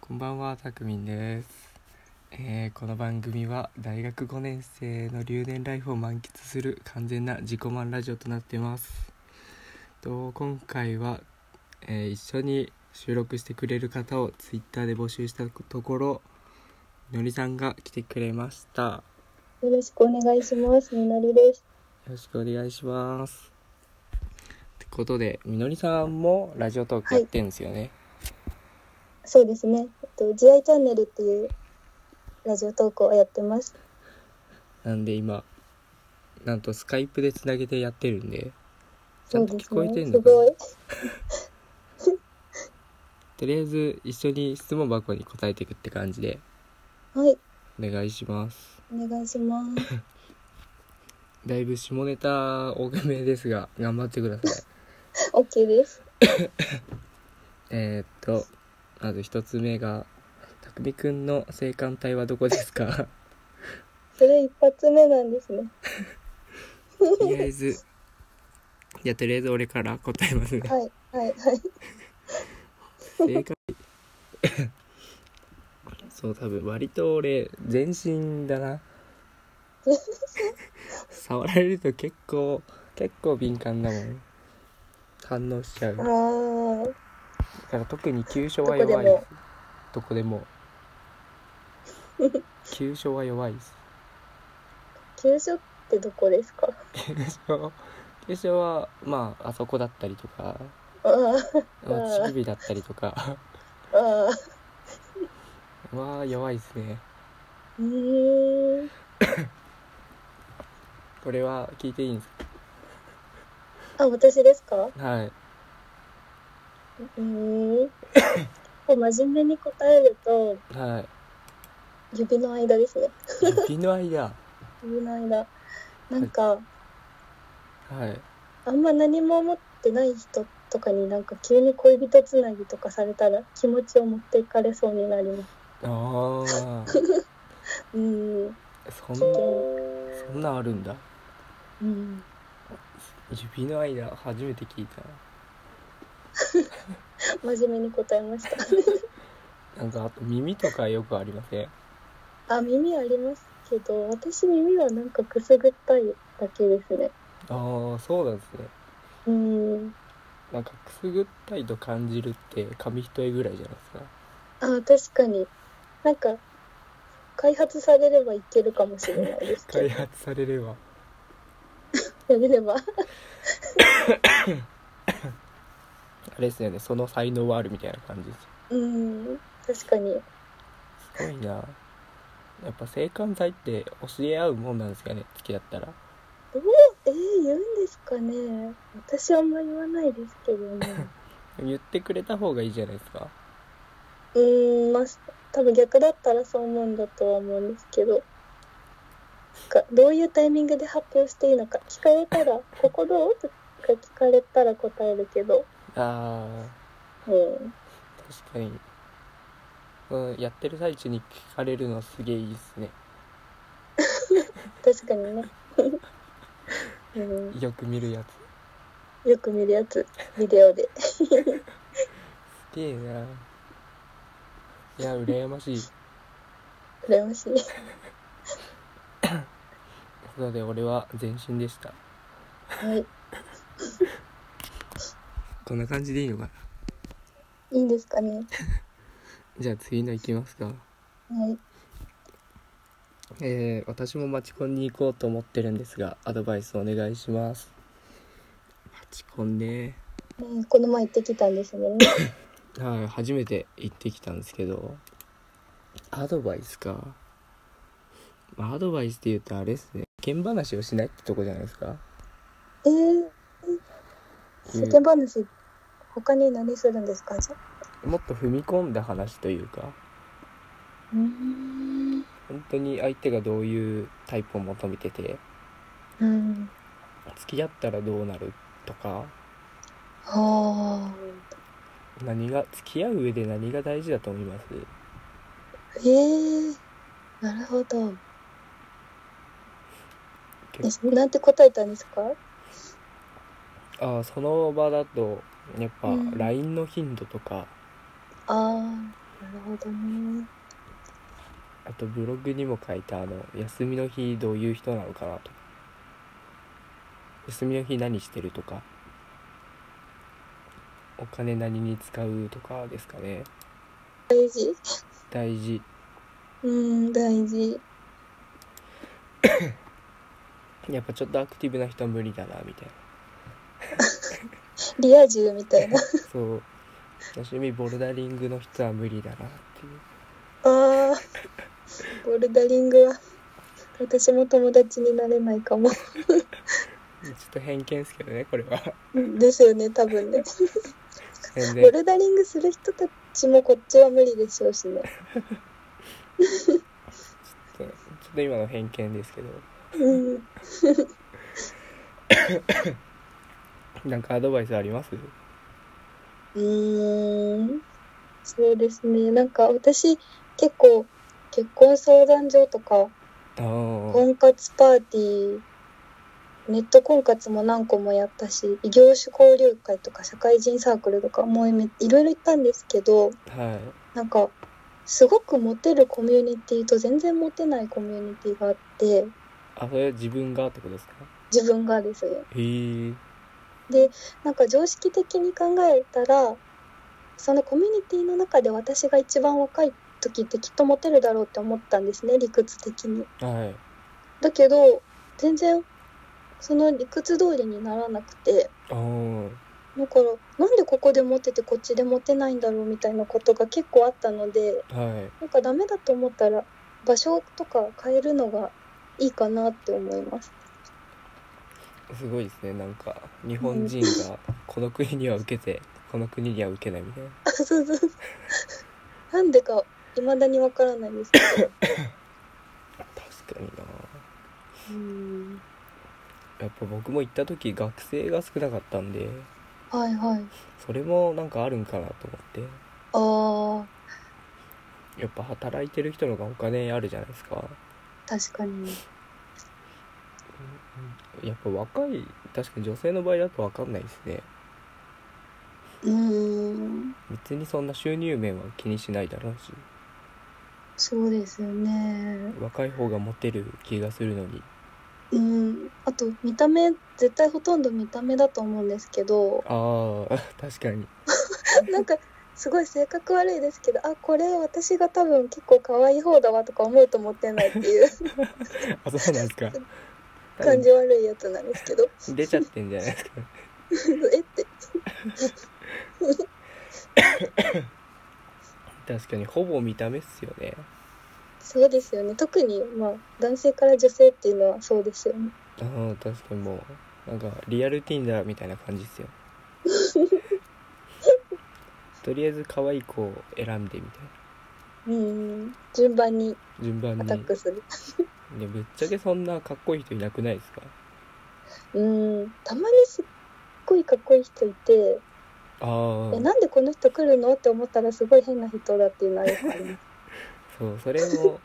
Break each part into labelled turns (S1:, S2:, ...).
S1: こんばんは、たくみんです。えーこの番組は大学5年生の留年ライフを満喫する完全な自己満ラジオとなっています。と今回は、えー一緒に収録してくれる方をツイッターで募集したところ、のりさんが来てくれました。よ
S2: よろしくお願いします。みのりです。
S1: ろしくお願いします。ってことで、みのりさんもラジオトークやってるんですよね。
S2: そうですね。えっと、慈愛チャンネルっていうラジオ投稿をやってます。
S1: なんで今なんとスカイプでつなげてやってるんでちゃんと聞こえてん
S2: す
S1: のかな、
S2: ごい。
S1: とりあえず一緒に質問箱に答えていくって感じで
S2: はい、
S1: お願いします
S2: お願いします。
S1: だいぶ下ネタ多めです が頑張ってください
S2: OK です。
S1: えーっとまず一つ目が「たくみくんの性感帯はどこです か?
S2: それ一発目なんですね。」
S1: とりあえずいやとりあえず俺から答えますね
S2: はい、はい、はい。
S1: 性格 そう多分割と俺全身だ な触られると結構結構敏感だもん反応しちゃうだ
S2: ああ、
S1: から特に急所は弱いですどこでも急所は弱いです
S2: 急所ってどこですか
S1: 急所急所はまああそこだったりとか、
S2: あー
S1: まあ
S2: あー
S1: 乳首だったりとか
S2: あー、
S1: は弱いですね
S2: うーん。
S1: これは聞いていいんです
S2: あ、私ですか
S1: かはいう
S2: ーん。こう真面目に答えると、
S1: はい
S2: 指の間ですね。
S1: 指の間
S2: 指の間。なんか、
S1: はい
S2: あんま何も持ってない人とかになんか急に恋人つなぎとかされたら気持ちを持っていかれそうになります。
S1: ああ
S2: うん。
S1: そん
S2: ち
S1: な
S2: ょっ
S1: そんなんあるんだ
S2: と、うん。
S1: 指の間初めて聞いた
S2: 真面目に答えました。
S1: なんかあと耳とかよくありません
S2: あ、耳ありますけど、私耳はなんかくすぐったいだけですね。
S1: ああそうなんですね
S2: うん。
S1: なんかくすぐったいと感じるって紙一重ぐらいじゃないですか
S2: あ、確かに。なんか、開発されればいけるかもしれないですけ
S1: 開
S2: ど、
S1: 発されれば
S2: やれれば。
S1: あれですよねその才能はあるみたいな感じです
S2: うん。確かに。
S1: すごいなやっぱ性感剤って教え合うもんなんですかね付き合ったら
S2: えー、言うんですかね。私あんま言わないですけどね。
S1: 言ってくれた方がいいじゃないですか
S2: うーんまあ多分逆だったらそう思うんだとは思うんですけどなんかどういうタイミングで発表していいのか聞かれた ら「ここどう?」とか聞かれたら答えるけど、
S1: ああ
S2: うん、
S1: 確かに、うん、やってる最中に聞かれるのすげえいいっすね
S2: 確かにね、 うん、
S1: よく見るやつ
S2: よく見るやつビデオで
S1: すげえないや羨ましい
S2: 羨ましい
S1: なので俺は全身でした
S2: はい
S1: こんな感じでいいのかない
S2: いんですかね
S1: じゃあ次の行きますか
S2: はい
S1: えー、私もマチコンに行こうと思ってるんですがアドバイスお願いしますマチコンね
S2: うんこの前行ってきたんですもんね
S1: はい初めて行ってきたんですけどアドバイスかまあアドバイスって言うとあれですね世間話をしないってとこじゃないですか
S2: えー、
S1: うん
S2: 世間話他に何するんですかじゃあ
S1: もっと踏み込んだ話というか
S2: うーん
S1: 本当に相手がどういうタイプを求めてて
S2: うん
S1: 付き合ったらどうなるとか
S2: はあ
S1: 何が付き合う上で何が大事だと思います
S2: ええなるほど。
S1: 結
S2: えなんて答えたんですか？
S1: ああその場だとやっぱ
S2: うん
S1: LINE の頻度とか
S2: ああ、るほどね。
S1: あとブログにも書いたあの休みの日どういう人なのかなと休みの日何してるとかお金何に使うとかですかね
S2: 大事
S1: 大事
S2: うん、大事。
S1: やっぱちょっとアクティブな人は無理だなみたい
S2: リア充みた いな。
S1: なそう私みボルダリングの人は無理だなっていう
S2: ああ。ボルダリングは、私も友達になれないかも。
S1: ちょっと偏見ですけどねこれは
S2: ですよね、多分ね。
S1: 全
S2: ボ
S1: 然
S2: ルダリングする人たちもこっちは無理でしょうしね。
S1: ちょっと今の偏見ですけど
S2: うん。
S1: なんかアドバイスあります
S2: うーん。そうですね。なんか私、結構、結婚相談所とか、
S1: ああ
S2: 婚活パーティー、ネット婚活も何個もやったし、異業種交流会とか社会人サークルとかもうめいろいろ行ったんですけ
S1: は
S2: ど、
S1: い
S2: なんか、すごくモテるコミュニティと全然モテないコミュニティがあって、
S1: あそれは自分がってことですか
S2: 自分がですね。
S1: へえ
S2: なんか常識的に考えたら、そのコミュニティの中で私が一番若い時ってきっとモテるだろうって思ったんですね、理屈的に。
S1: はい
S2: だけど、全然、その理屈通りにならなくて、
S1: ああ
S2: だからなんでここでモテてこっちでモテないんだろうみたいなことが結構あったので
S1: はい
S2: なんかダメだと思ったら場所とか変えるのがいいかなって思い ます
S1: すごいですねなんか日本人がこの国には受けてこの国には受けないみたいな
S2: あそうそうそうなんでか未だにわからないんですけど
S1: 確かにな
S2: うん
S1: やっぱ僕も行った時学生が少なかったんで
S2: はいはい
S1: それもなんかあるんかなと思って
S2: あー
S1: やっぱ働いてる人の方がお金あるじゃないですか
S2: 確かに
S1: やっぱ若い確かに女性の場合だと分かんないですね
S2: うん
S1: 別にそんな収入面は気にしないだろうし
S2: そうですよね
S1: 若い方がモテる気がするのに
S2: うんあと見た目絶対ほとんど見た目だと思うんですけど
S1: ああ 確かに
S2: なんかすごい性格悪いですけどあこれ私が多分結構可愛い方だわとか思うと思ってないって いう
S1: あそうなんですか
S2: 感じ悪いやつなんですけど
S1: 出ちゃってんじゃない ですか
S2: えって
S1: 確かにほぼ見た目っすよね
S2: そうですよね特にまあ男性から女性っていうのはそうですよね
S1: ああ確かにもうなんかリアルティンダーみたいな感じっす よとりあえず可愛い子を選んでみたい
S2: うん順番に
S1: な順番
S2: ア
S1: に
S2: タックする
S1: でぶっちゃけそんなかっこいい人いなくないですか
S2: うんたまにすっごいかっこいい人いて
S1: あ
S2: え
S1: あ
S2: なんでこの人来るのって思ったらすごい変な人だっていうのはよくあります
S1: そうそれも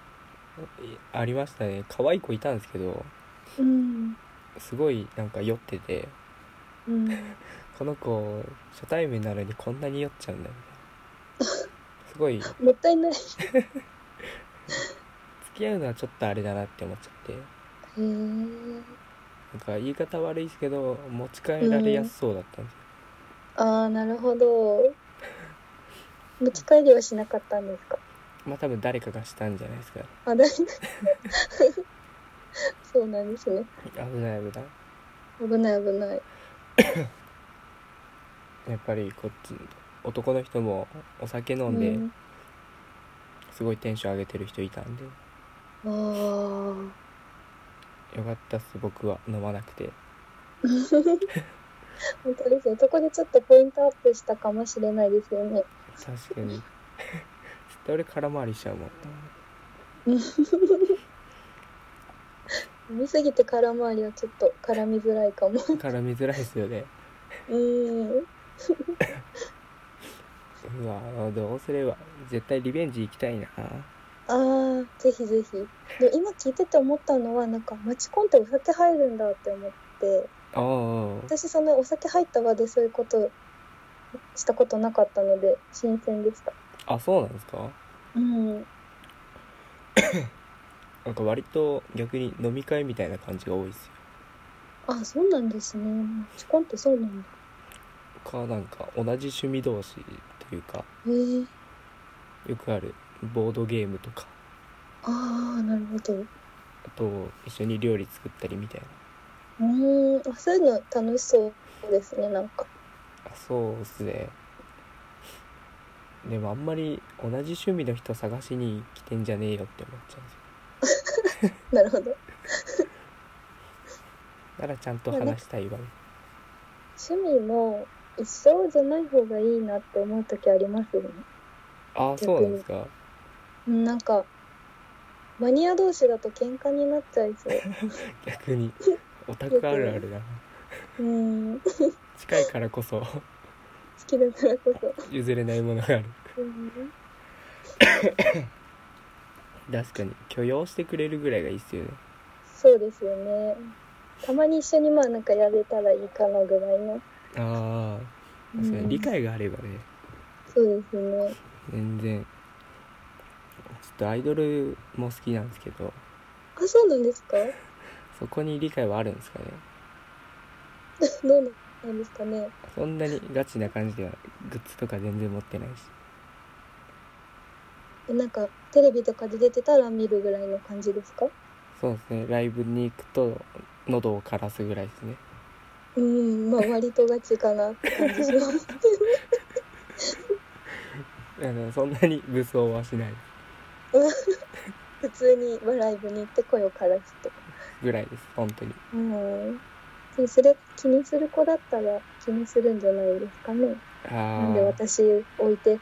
S1: いありましたね可愛い子いたんですけど
S2: うん
S1: すごいなんか酔ってて
S2: うん
S1: この子初対面なのにこんなに酔っちゃうんだよねすごい付
S2: もったいないへ
S1: き合うのはちょっとあれだなって思っちゃって
S2: え
S1: なんか言い方悪いですけど持ち帰られやすそうだったんですよ、
S2: ああなるほど持ち帰りはしなかったんですか
S1: まあ多分誰かがしたんじゃないですか
S2: あだ そうなんですね
S1: 危ない危ない
S2: 危ない危ない
S1: やっぱりこっち男の人もお酒飲
S2: うん
S1: で
S2: ん、
S1: すごいテンション上げてる人いたんで、
S2: あー
S1: よかったっす僕は飲まなくて
S2: 本当ですねそこでちょっとポイントアップしたかもしれないですよね
S1: 確か に絶対俺空回りしちゃうもん
S2: 飲みすぎて空回りはちょっと絡みづらいかも
S1: 絡みづらいですよね
S2: うん
S1: うわどうすれば絶対リベンジ行きたいな
S2: あーぜひぜひでも今聞いてて思ったのはなんかマチコンってお酒入るんだって思って
S1: ああ
S2: 私そのお酒入った場でそういうことしたことなかったので新鮮でした
S1: あそうなんですか
S2: うん
S1: なんか割と逆に飲み会みたいな感じが多いですよ
S2: あそうなんですねチコンってそうなんだ
S1: かなんか同じ趣味同士というか
S2: へえ
S1: よくあるボードゲームとか
S2: ああなるほどう
S1: あと一緒に料理作ったりみたいな
S2: ーんあそういうの楽しそうですねなんか
S1: あそうですねでもあんまり同じ趣味の人探しに来てんじゃねえよって思っちゃうんですよ
S2: なるほど
S1: ならちゃんと話したいわ
S2: 趣味も一緒じゃない方がいいなって思う時ありますよね
S1: ああそうなんですか
S2: うんなんかマニア同士だと喧嘩になっちゃいそう
S1: 逆に オタクあるあるだな
S2: うん好
S1: 近いからこそ
S2: きだからこそ
S1: 譲れないものがある
S2: うん
S1: 確かに許容してくれるぐらいがいいっすよね
S2: そうですよねたまに一緒にまあなんかやれたらいいかなぐらいの、
S1: ああ確か
S2: う
S1: に
S2: ん
S1: 理解があればね
S2: そうですね
S1: 全然ちょっとアイドルも好きなんですけど
S2: あそうなんですか
S1: そこに理解はあるんですかね
S2: どうなんですかね
S1: そんなにガチな感じではグッズとか全然持ってないし
S2: えなんかテレビとかで出てたら見るぐらいの感じですか
S1: そうですねライブに行くと喉を枯らすぐらいですね
S2: うんまあ割とガチかなって感じし ます
S1: あのそんなに武装はしない
S2: 普通にまあライブに行って声を枯らすとか
S1: ぐらいです本当に
S2: うんでそれ気にする子だったら気にするんじゃないですかねなんで
S1: あ
S2: 私置いて